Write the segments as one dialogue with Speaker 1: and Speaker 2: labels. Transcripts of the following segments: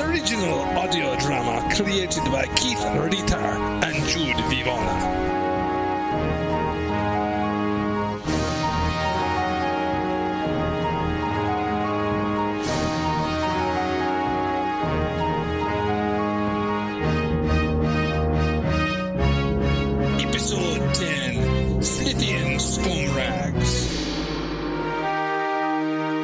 Speaker 1: original audio drama created by Keith Ritter and Jude Vivona. Episode 10 Scythian Scum Rags.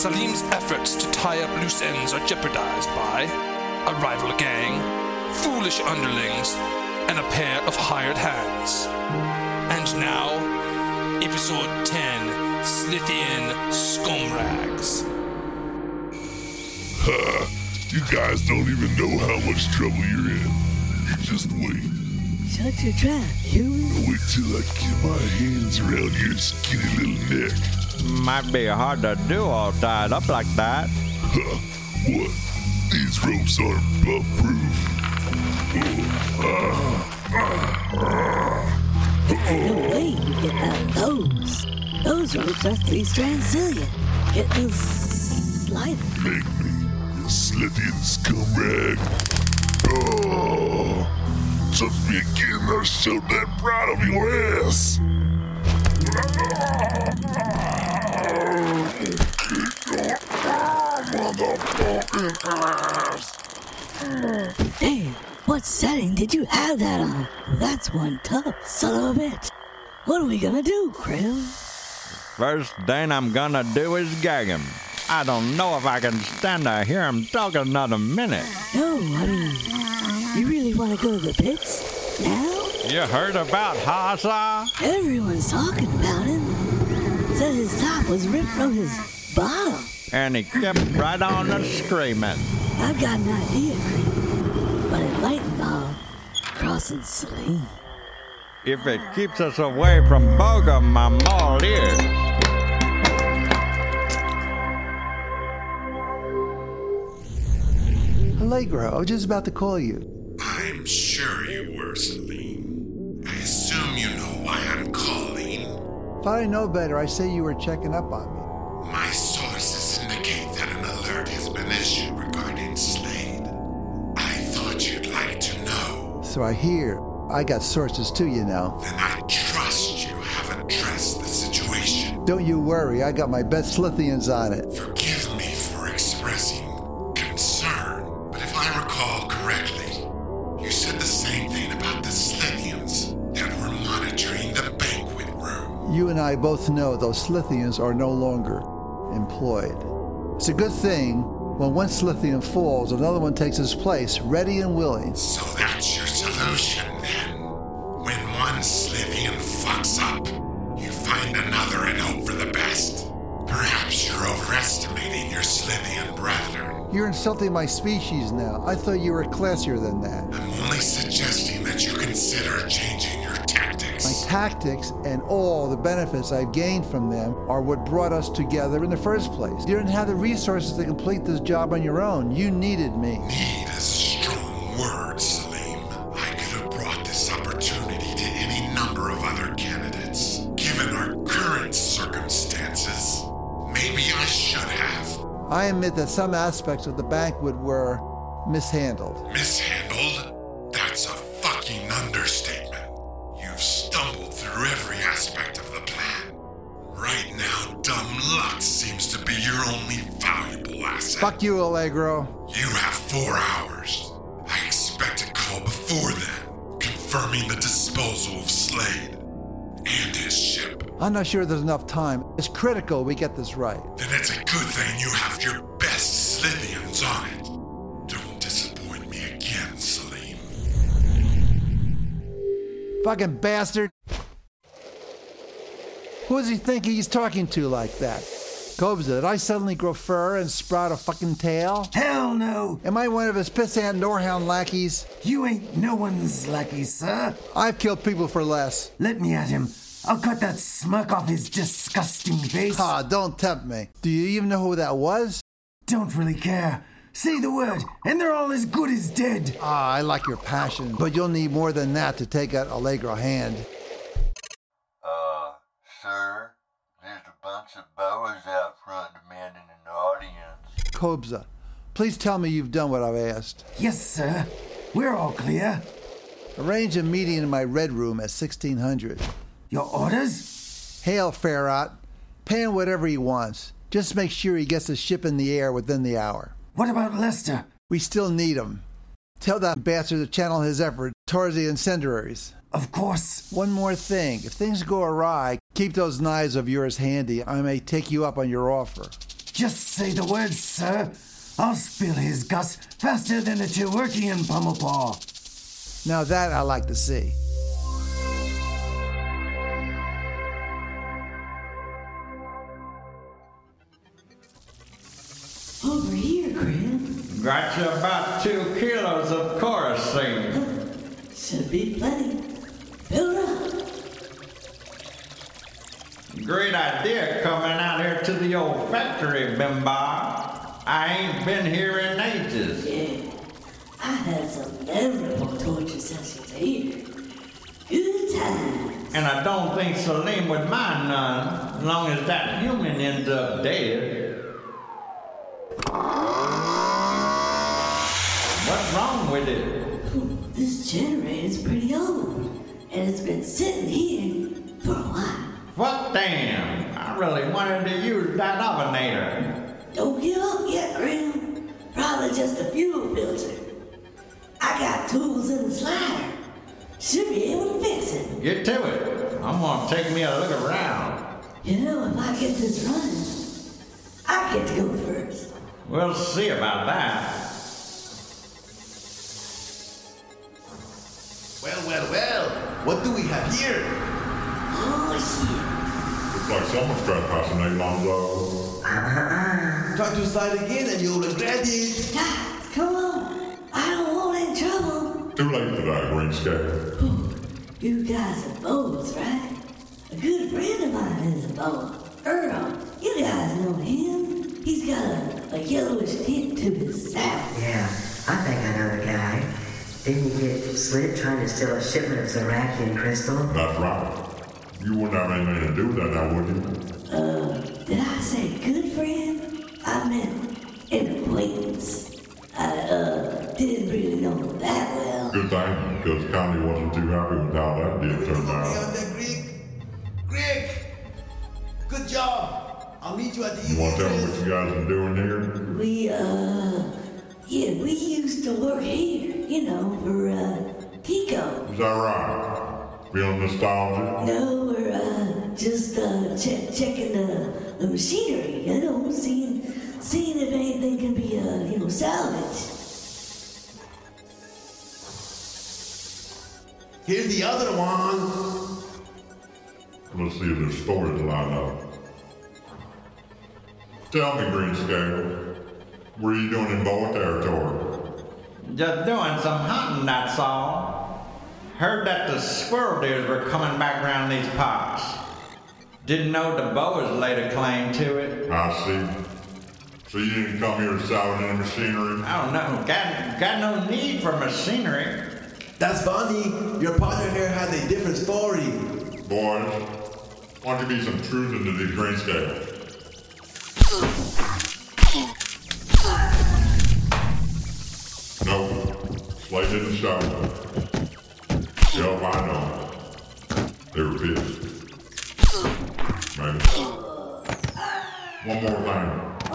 Speaker 1: Salim's efforts to tie up loose ends are jeopardized by a rival gang, foolish underlings, and a pair of hired hands. And now, episode 10 Slithian Scumrags.
Speaker 2: Huh, you guys don't even know how much trouble you're in. You just wait.
Speaker 3: Shut your trap, human.
Speaker 2: Wait till I get my hands around your skinny little neck.
Speaker 4: Might be hard to do all tied up like that.
Speaker 2: Huh, what? These ropes aren't bump proof.
Speaker 3: No way you get out of those. Those ropes are three strands zillion. Get no s- slider.
Speaker 2: Make me a Slithian scumrag. Oh, touch me again, I'll shove that pride of your ass. Ah, Motherfucking ass.
Speaker 3: Damn, what setting did you have that on? That's one tough son of a bitch. What are we gonna do, Krill?
Speaker 4: First thing I'm gonna do is gag him. I don't know if I can stand to hear him talk another minute.
Speaker 3: No, I mean, you really wanna go to the pits? Now?
Speaker 4: You heard about Hassa?
Speaker 3: Everyone's talking about him. Said his top was ripped from his bottom.
Speaker 4: And he kept right on a screaming.
Speaker 3: I've got an idea, Krill, but it might involve crossing Celine.
Speaker 4: If it keeps us away from Bogum, I'm all ears.
Speaker 5: Allegra, I was just about to call you.
Speaker 6: I'm sure you were, Celine. I assume you know why I'm calling.
Speaker 5: If I didn't know better, I say you were checking up on me.
Speaker 6: My sources indicate that an alert has been issued regarding Slade. I thought you'd like to know.
Speaker 5: So I hear. I got sources too, you know.
Speaker 6: Then I trust you have addressed the situation.
Speaker 5: Don't you worry, I got my best Slithians on it.
Speaker 6: Forgive me for expressing concern, but if I recall correctly, you said the same thing about the Slithians that were monitoring the banquet room.
Speaker 5: You and I both know those Slithians are no longer employed. It's a good thing when one Slithian falls, another one takes his place, ready and willing.
Speaker 6: So that's your solution then. When one Slythian fucks up, you find another and hope for the best. Perhaps you're overestimating your Slythian brethren.
Speaker 5: You're insulting my species now. I thought you were classier than that.
Speaker 6: I'm only suggesting that you consider changing your
Speaker 5: My
Speaker 6: tactics.
Speaker 5: tactics and all the benefits I've gained from them are what brought us together in the first place. You didn't have the resources to complete this job on your own. You needed me.
Speaker 6: Need is a strong word, Salim. I could have brought this opportunity to any number of other candidates. Given our current circumstances, maybe I should have.
Speaker 5: I admit that some aspects of the banquet were mishandled.
Speaker 6: Mishandled? That's a fucking understatement. You've stumbled through every aspect of the plan. Right now, dumb luck seems to be your only valuable asset.
Speaker 5: Fuck you, Allegro.
Speaker 6: You have four hours. I expect a call before then, confirming the disposal of Slade and his ship.
Speaker 5: I'm not sure there's enough time. It's critical we get this right.
Speaker 6: Then it's a good thing you have your best Slythians on it. Don't disappoint me again, Celine.
Speaker 5: Fucking bastard. Who does he think he's talking to like that? Cobza, did I suddenly grow fur and sprout a fucking tail?
Speaker 7: Hell no!
Speaker 5: Am I one of his pissant Norhound lackeys?
Speaker 7: You ain't no one's lucky, sir.
Speaker 5: I've killed people for less.
Speaker 7: Let me at him. I'll cut that smirk off his disgusting face.
Speaker 5: Ah, don't tempt me. Do you even know who that was?
Speaker 7: Don't really care. Say the word, and they're all as good as dead.
Speaker 5: Ah, I like your passion, but you'll need more than that to take out Allegra hand.
Speaker 8: Uh, sir, there's a bunch of boas out front demanding an audience.
Speaker 5: Cobza, Please tell me you've done what I've asked.
Speaker 7: Yes, sir. We're all clear.
Speaker 5: Arrange a meeting in my red room at 1600.
Speaker 7: Your orders?
Speaker 5: Hail Farrat. Pay him whatever he wants. Just make sure he gets the ship in the air within the hour.
Speaker 7: What about Lester?
Speaker 5: We still need him. Tell that bastard to channel his effort towards the incendiaries.
Speaker 7: Of course.
Speaker 5: One more thing. If things go awry, keep those knives of yours handy. I may take you up on your offer.
Speaker 7: Just say the words, sir. I'll spill his guts faster than a Chiwerkian pummel paw.
Speaker 5: Now that I like to see.
Speaker 3: Over here, Grim.
Speaker 4: Got you about two kilos of kerosene.
Speaker 3: Should be plenty. Build up.
Speaker 4: Great idea coming out here to the old factory, Bimba. I ain't been here in ages.
Speaker 3: Yeah. I had some memorable torture sessions here. Good time.
Speaker 4: And I don't think Salim would mind none, as long as that human ends up dead. What's wrong with it?
Speaker 3: This generator's pretty old, and it's been sitting here for a while.
Speaker 4: Fuck damn! I really wanted to use that ovenator.
Speaker 3: Don't give up yet, Grim. Probably just a fuel filter. I got tools in the slider. Should be able to fix it.
Speaker 4: Get to it. I'm gonna take me a look around.
Speaker 3: You know, if I get this running, I get to go first.
Speaker 4: We'll see about that.
Speaker 9: Well, well, well. What do we have here?
Speaker 3: Oh,
Speaker 2: Looks like someone's trying to fascinate Lonzo.
Speaker 9: Try to slide again and you'll regret it.
Speaker 3: shit. Guys, come on. I don't want any trouble.
Speaker 2: Too late for that, Greenscape.
Speaker 3: You guys are bows, right? A good friend of mine is a bow. Earl, you guys know him. He's got a, a yellowish tint to his saddle.
Speaker 10: Yeah, I think I know the guy. Didn't he get slit trying to steal a shipment of Zerakian crystal?
Speaker 2: That's right. You wouldn't have anything to do with that now, would you?
Speaker 3: Did I say good friend? I meant an acquaintance. I uh didn't really know him that well.
Speaker 2: Good thing, because Connie wasn't too happy with how that deal
Speaker 9: Look on
Speaker 2: turned out.
Speaker 9: the Greek. Greek! Good job. I'll meet you at the
Speaker 2: You want to tell me
Speaker 9: easy
Speaker 2: what you guys are doing here?
Speaker 3: We uh yeah, we used to work here, you know, for uh Pico.
Speaker 2: Is that right? Feeling nostalgic?
Speaker 3: No, we're uh just uh check, checking the, the machinery, you know, seeing seeing if anything can be uh you know salvaged.
Speaker 9: Here's the other one.
Speaker 2: Let's see if their stories line up. Tell me, Greenscale, what are you doing in Boa territory?
Speaker 4: Just doing some hunting, that's all. Heard that the squirrel deers were coming back round these parts. Didn't know the boas laid a claim to it.
Speaker 2: I see. So you didn't come here to salvage any machinery?
Speaker 4: I don't know. Got got no need for machinery.
Speaker 9: That's funny. Your partner here has a different story.
Speaker 2: Boys, why don't you be some truth into these Greenscale? No, Slade didn't show. Yep, I know. They were pissed. Maybe. One more thing.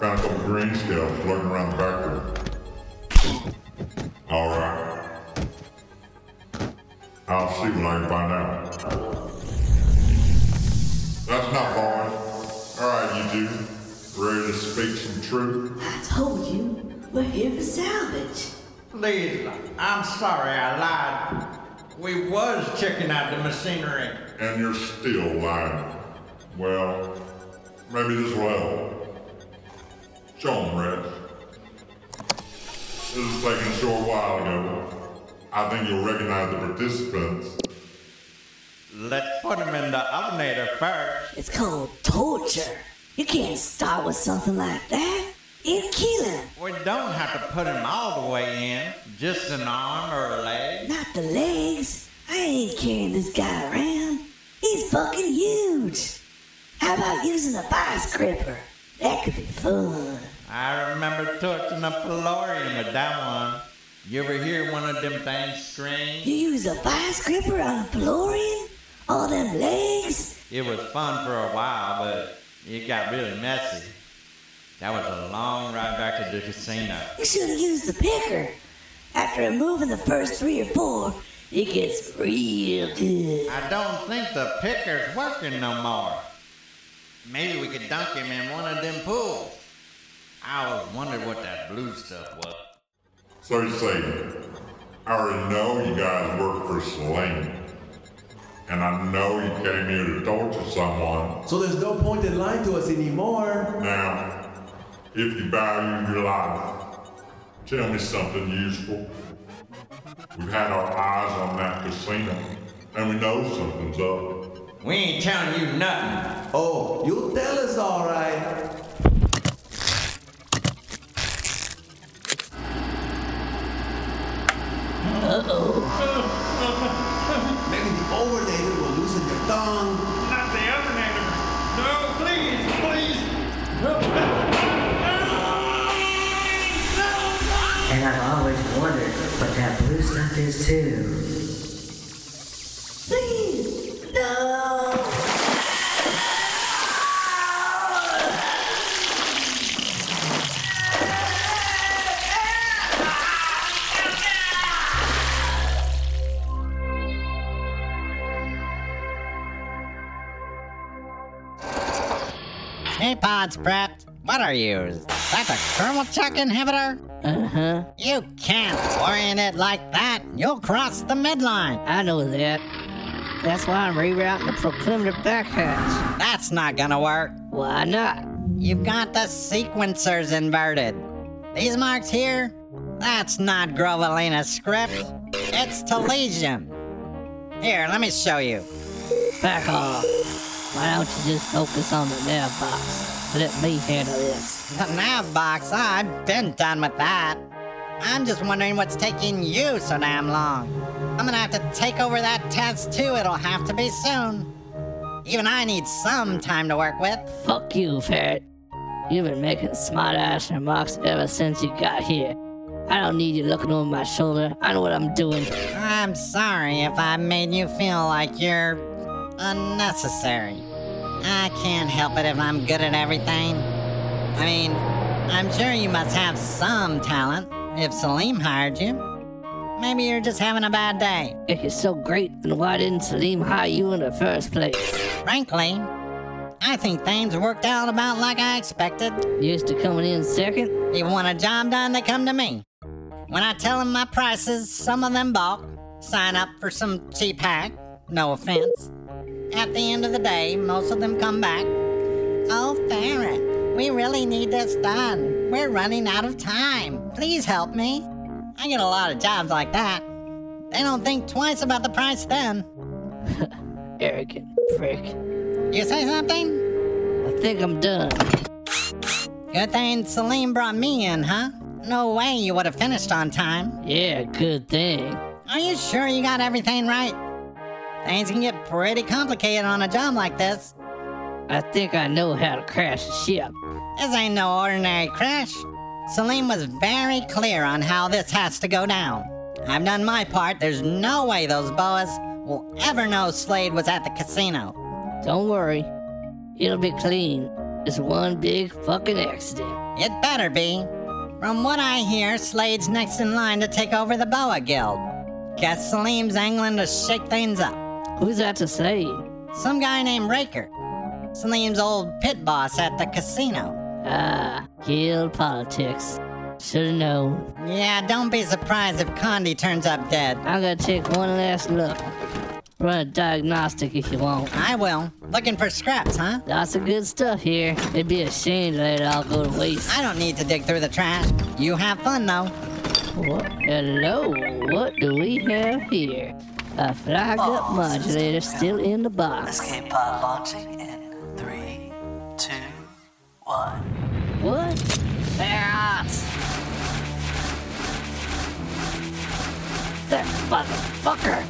Speaker 2: Found a couple green scales floating around the back room. All right. I'll see what I can find out. That's not hard. All right, you two. Ready to speak some truth?
Speaker 3: I told you, we're here for salvage.
Speaker 4: Please, I'm sorry I lied. We was checking out the machinery.
Speaker 2: And you're still lying. Well, maybe this will help. Show 'em, Red. This is taken a short while ago. I think you'll recognize the participants.
Speaker 4: Let's put him in the ovenator first.
Speaker 3: It's called torture. You can't start with something like that. It'd kill him.
Speaker 4: We don't have to put him all the way in. Just an arm or a leg.
Speaker 3: Not the legs. I ain't carrying this guy around. He's fucking huge. How about using a vice gripper? That could be fun.
Speaker 4: I remember touching a polarium with that one. You ever hear one of them things scream?
Speaker 3: You use a vice gripper on a Pelorian? All them legs?
Speaker 4: It was fun for a while, but it got really messy. That was a long ride back to the casino.
Speaker 3: You should have used the picker. After removing the first three or four, it gets real good.
Speaker 4: I don't think the picker's working no more. Maybe we could dunk him in one of them pools. I always wondered what that blue stuff was.
Speaker 2: So you see, I already know you guys work for Selene. And I know you came here to torture someone.
Speaker 11: So there's no point in lying to us anymore.
Speaker 2: Now, if you value your life, tell me something useful. We've had our eyes on that casino, and we know something's up.
Speaker 4: We ain't telling you nothing.
Speaker 11: Oh, you'll tell us all right.
Speaker 3: Uh-oh.
Speaker 11: Maybe the overnator will loosen your tongue.
Speaker 12: Not the overnator. No, please, please. No. no,
Speaker 10: no. And I've always wondered what that blue stuff is too.
Speaker 3: Please, no.
Speaker 13: Hey, Pods Prep, what are you? That's a kernel chuck inhibitor?
Speaker 3: Uh huh.
Speaker 13: You can't orient it like that. You'll cross the midline.
Speaker 3: I know that. That's why I'm rerouting the proclimitor back hatch.
Speaker 13: That's not gonna work.
Speaker 3: Why not?
Speaker 13: You've got the sequencers inverted. These marks here? That's not Grovelina script. It's Telesium. Here, let me show you.
Speaker 3: Back off. Why don't you just focus on the nav box? Let me handle this.
Speaker 13: The nav box? I've been done with that. I'm just wondering what's taking you so damn long. I'm gonna have to take over that test too. It'll have to be soon. Even I need some time to work with.
Speaker 3: Fuck you, Ferret. You've been making smart ass remarks ever since you got here. I don't need you looking over my shoulder. I know what I'm doing.
Speaker 13: I'm sorry if I made you feel like you're unnecessary. I can't help it if I'm good at everything. I mean, I'm sure you must have some talent if Salim hired you. Maybe you're just having a bad day.
Speaker 3: If you're so great, then why didn't Salim hire you in the first place?
Speaker 13: Frankly, I think things worked out about like I expected.
Speaker 3: Used to coming in second?
Speaker 13: They want a job done, they come to me. When I tell them my prices, some of them balk, sign up for some cheap hack, no offense. At the end of the day, most of them come back. Oh, Farron, we really need this done. We're running out of time. Please help me. I get a lot of jobs like that. They don't think twice about the price then.
Speaker 3: Arrogant prick.
Speaker 13: You say something?
Speaker 3: I think I'm done.
Speaker 13: Good thing Celine brought me in, huh? No way you would have finished on time.
Speaker 3: Yeah, good thing.
Speaker 13: Are you sure you got everything right? Things can get pretty complicated on a job like this.
Speaker 3: I think I know how to crash a ship.
Speaker 13: This ain't no ordinary crash. Salim was very clear on how this has to go down. I've done my part. There's no way those boas will ever know Slade was at the casino.
Speaker 3: Don't worry. It'll be clean. It's one big fucking accident.
Speaker 13: It better be. From what I hear, Slade's next in line to take over the Boa Guild. Guess Salim's angling to shake things up.
Speaker 3: Who's that to say?
Speaker 13: Some guy named Raker. Salim's old pit boss at the casino.
Speaker 3: Ah, guild politics. Should've known.
Speaker 13: Yeah, don't be surprised if Condi turns up dead.
Speaker 3: I'm gonna take one last look. Run a diagnostic if you want.
Speaker 13: I will. Looking for scraps, huh?
Speaker 3: Lots of good stuff here. It'd be a shame to let it all go to waste.
Speaker 13: I don't need to dig through the trash. You have fun, though.
Speaker 3: What? Hello, what do we have here? A fly gut oh, modulator still in the box.
Speaker 14: Escape pod launching in three, two, one.
Speaker 3: What?
Speaker 14: Ferret!
Speaker 3: That motherfucker!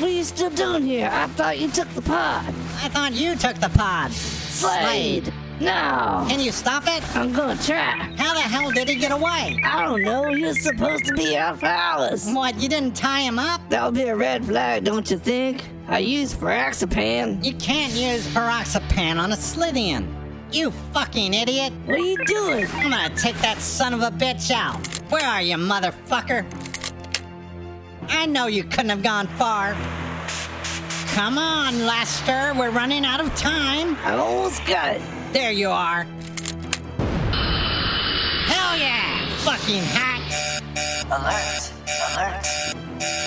Speaker 3: What are you still doing here? I thought you took the pod.
Speaker 13: I thought you took the pod.
Speaker 3: Slade. Slade. No!
Speaker 13: Can you stop it?
Speaker 3: I'm gonna try.
Speaker 13: How the hell did he get away?
Speaker 3: I don't know. You're supposed to be out for hours.
Speaker 13: What, you didn't tie him up?
Speaker 3: That would be a red flag, don't you think? I used peroxapan.
Speaker 13: You can't use peroxapan on a Slithian. You fucking idiot.
Speaker 3: What are you doing?
Speaker 13: I'm gonna take that son of a bitch out. Where are you, motherfucker? I know you couldn't have gone far. Come on, Lester. We're running out of time.
Speaker 3: I almost got it.
Speaker 13: There you are. Hell yeah! Fucking hack!
Speaker 15: Alert! Alert!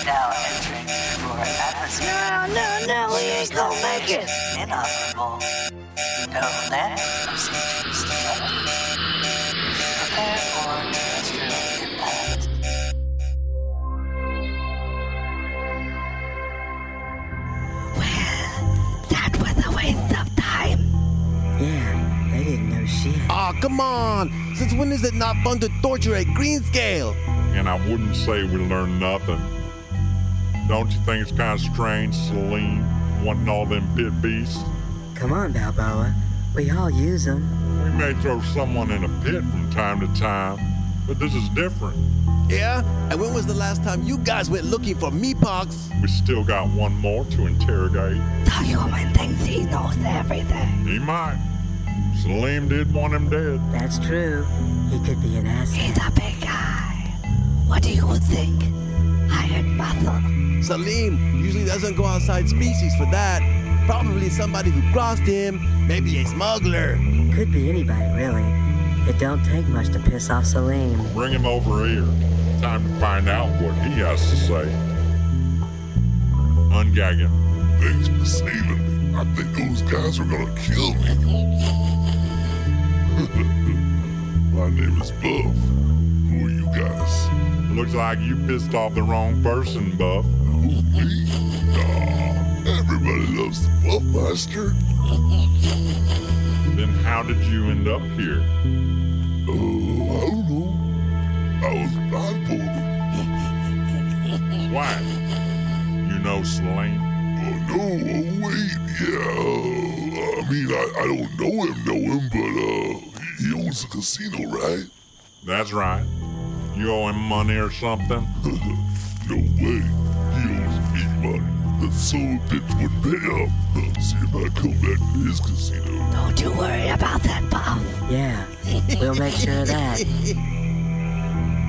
Speaker 15: Now entering your atmosphere.
Speaker 3: No, no, no, we ain't gonna make it.
Speaker 15: Inoperable. No land procedures developed. Prepare for terrestrial impact.
Speaker 16: Yeah, they didn't know shit.
Speaker 17: Aw, oh, come on! Since when is it not fun to torture at green scale?
Speaker 2: And I wouldn't say we learned nothing. Don't you think it's kind of strange, Celine, wanting all them pit beasts?
Speaker 16: Come on, Balboa. We all use them.
Speaker 2: We may throw someone in a pit from time to time, but this is different.
Speaker 17: Yeah? And when was the last time you guys went looking for meepox?
Speaker 2: We still got one more to interrogate.
Speaker 3: The human thinks he knows everything.
Speaker 2: He might. Salim did want him dead.
Speaker 16: That's true. He could be an asset.
Speaker 3: He's a big guy. What do you think? Hired muscle.
Speaker 17: Salim usually doesn't go outside species for that. Probably somebody who crossed him. Maybe a smuggler.
Speaker 16: Could be anybody, really. It don't take much to piss off Salim.
Speaker 2: Bring him over here. Time to find out what he has to say. Ungag him.
Speaker 10: Thanks for saving me. I think those guys are gonna kill me. My name is Buff. Who are you guys?
Speaker 2: Looks like you pissed off the wrong person, Buff.
Speaker 10: Who, me? Nah, everybody loves the Buff Master.
Speaker 2: then how did you end up here?
Speaker 10: Oh, uh, I don't know. I was blindfolded.
Speaker 2: Why? You know Selene?
Speaker 10: Oh, no, oh, wait, yeah. Uh, I mean, I, I don't know him, know him, but, uh, he owns the casino, right?
Speaker 2: That's right. You owe him money or something?
Speaker 10: no way. He owes me money. That son bitch would pay up. See if I come back to his casino.
Speaker 3: Don't you worry about that, Bob.
Speaker 16: Yeah, we'll make sure of that.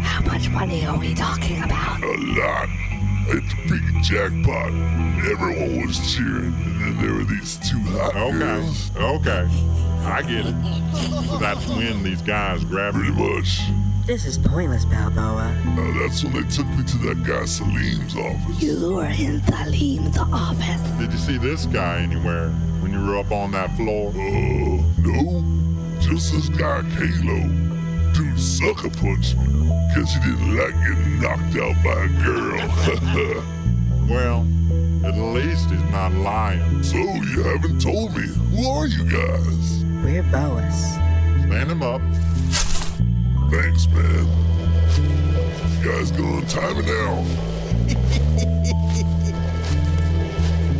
Speaker 3: How much money are we talking about?
Speaker 10: A lot. It's a big jackpot. Everyone was cheering, and then there were these two hot
Speaker 2: okay.
Speaker 10: girls.
Speaker 2: Okay, okay. I get it. So that's when these guys grabbed
Speaker 10: Pretty much.
Speaker 16: This is pointless, Balboa.
Speaker 10: Uh, that's when they took me to that guy Salim's office.
Speaker 3: You were in Salim's office.
Speaker 2: Did you see this guy anywhere when you were up on that floor?
Speaker 10: Uh, no. Just this guy, Kalo. Dude sucker punched me because he didn't like getting knocked out by a girl.
Speaker 2: well, at least he's not lying.
Speaker 10: So you haven't told me. Who are you guys?
Speaker 16: We're Boas.
Speaker 2: Stand him up.
Speaker 10: Thanks, man. You guys gonna untie me now?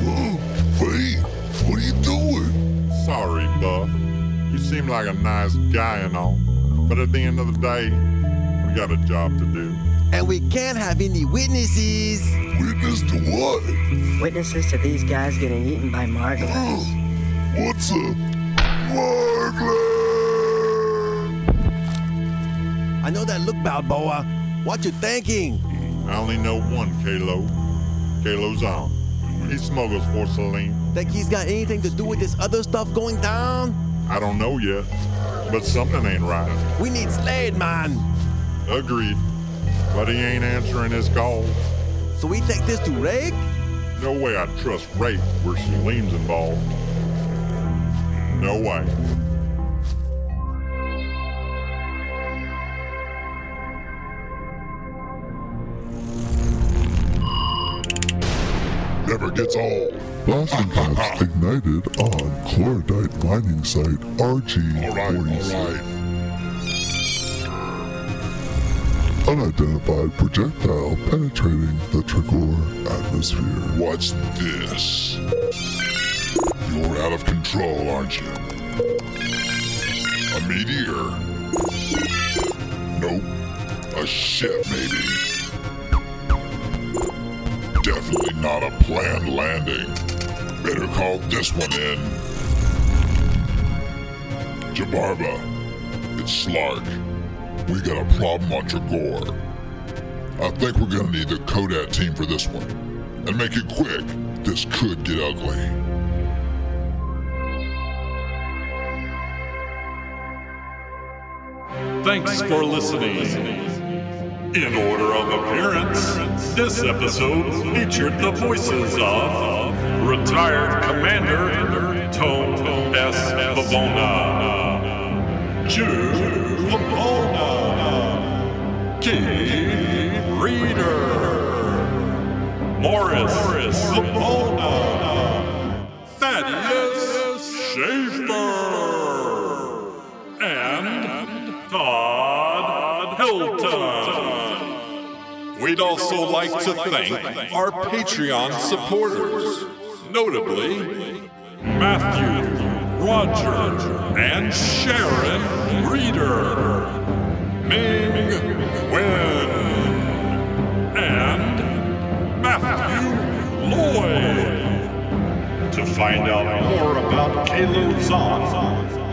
Speaker 10: Whoa, wait, what are you doing?
Speaker 2: Sorry, Buff. You seem like a nice guy and all, but at the end of the day, we got a job to do.
Speaker 17: And we can't have any witnesses.
Speaker 10: Witness to what?
Speaker 16: Witnesses to these guys getting eaten by Margulies.
Speaker 10: Uh, what's up?
Speaker 17: I know that look, Balboa. What you thinking?
Speaker 2: I only know one, Kalo. Kalo's on. He smuggles for Celine.
Speaker 17: Think he's got anything to do with this other stuff going down?
Speaker 2: I don't know yet, but something ain't right.
Speaker 17: We need Slade, man.
Speaker 2: Agreed. But he ain't answering his call.
Speaker 17: So we take this to Rake?
Speaker 2: No way I trust Rake where Celine's involved. No way.
Speaker 10: Never gets old. Blasting caps ignited on chlorodite mining site E RG46. Right, right. Unidentified projectile penetrating the Trigor atmosphere.
Speaker 2: Watch this.
Speaker 10: You're out of control, aren't you? A meteor? Nope. A ship, maybe. Definitely not a planned landing. Better call this one in. Jabarba, it's Slark. We got a problem on Jagor. I think we're gonna need the Kodat team for this one. And make it quick, this could get ugly.
Speaker 18: Thanks for listening. In order of appearance, this episode featured the voices of retired Commander Tone S. Pavona, Jude Pavona, Keith Reader, Morris Pavona, Thaddeus Schaefer, and Todd Hilton. We'd also like to thank our Patreon supporters, notably Matthew, Roger, and Sharon Reeder, Ming Wen, and Matthew Lloyd. To find out more about Caleb Zahn,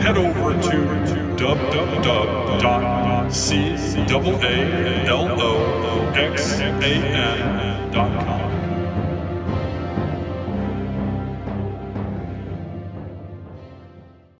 Speaker 18: head over to www.callaloxan.com.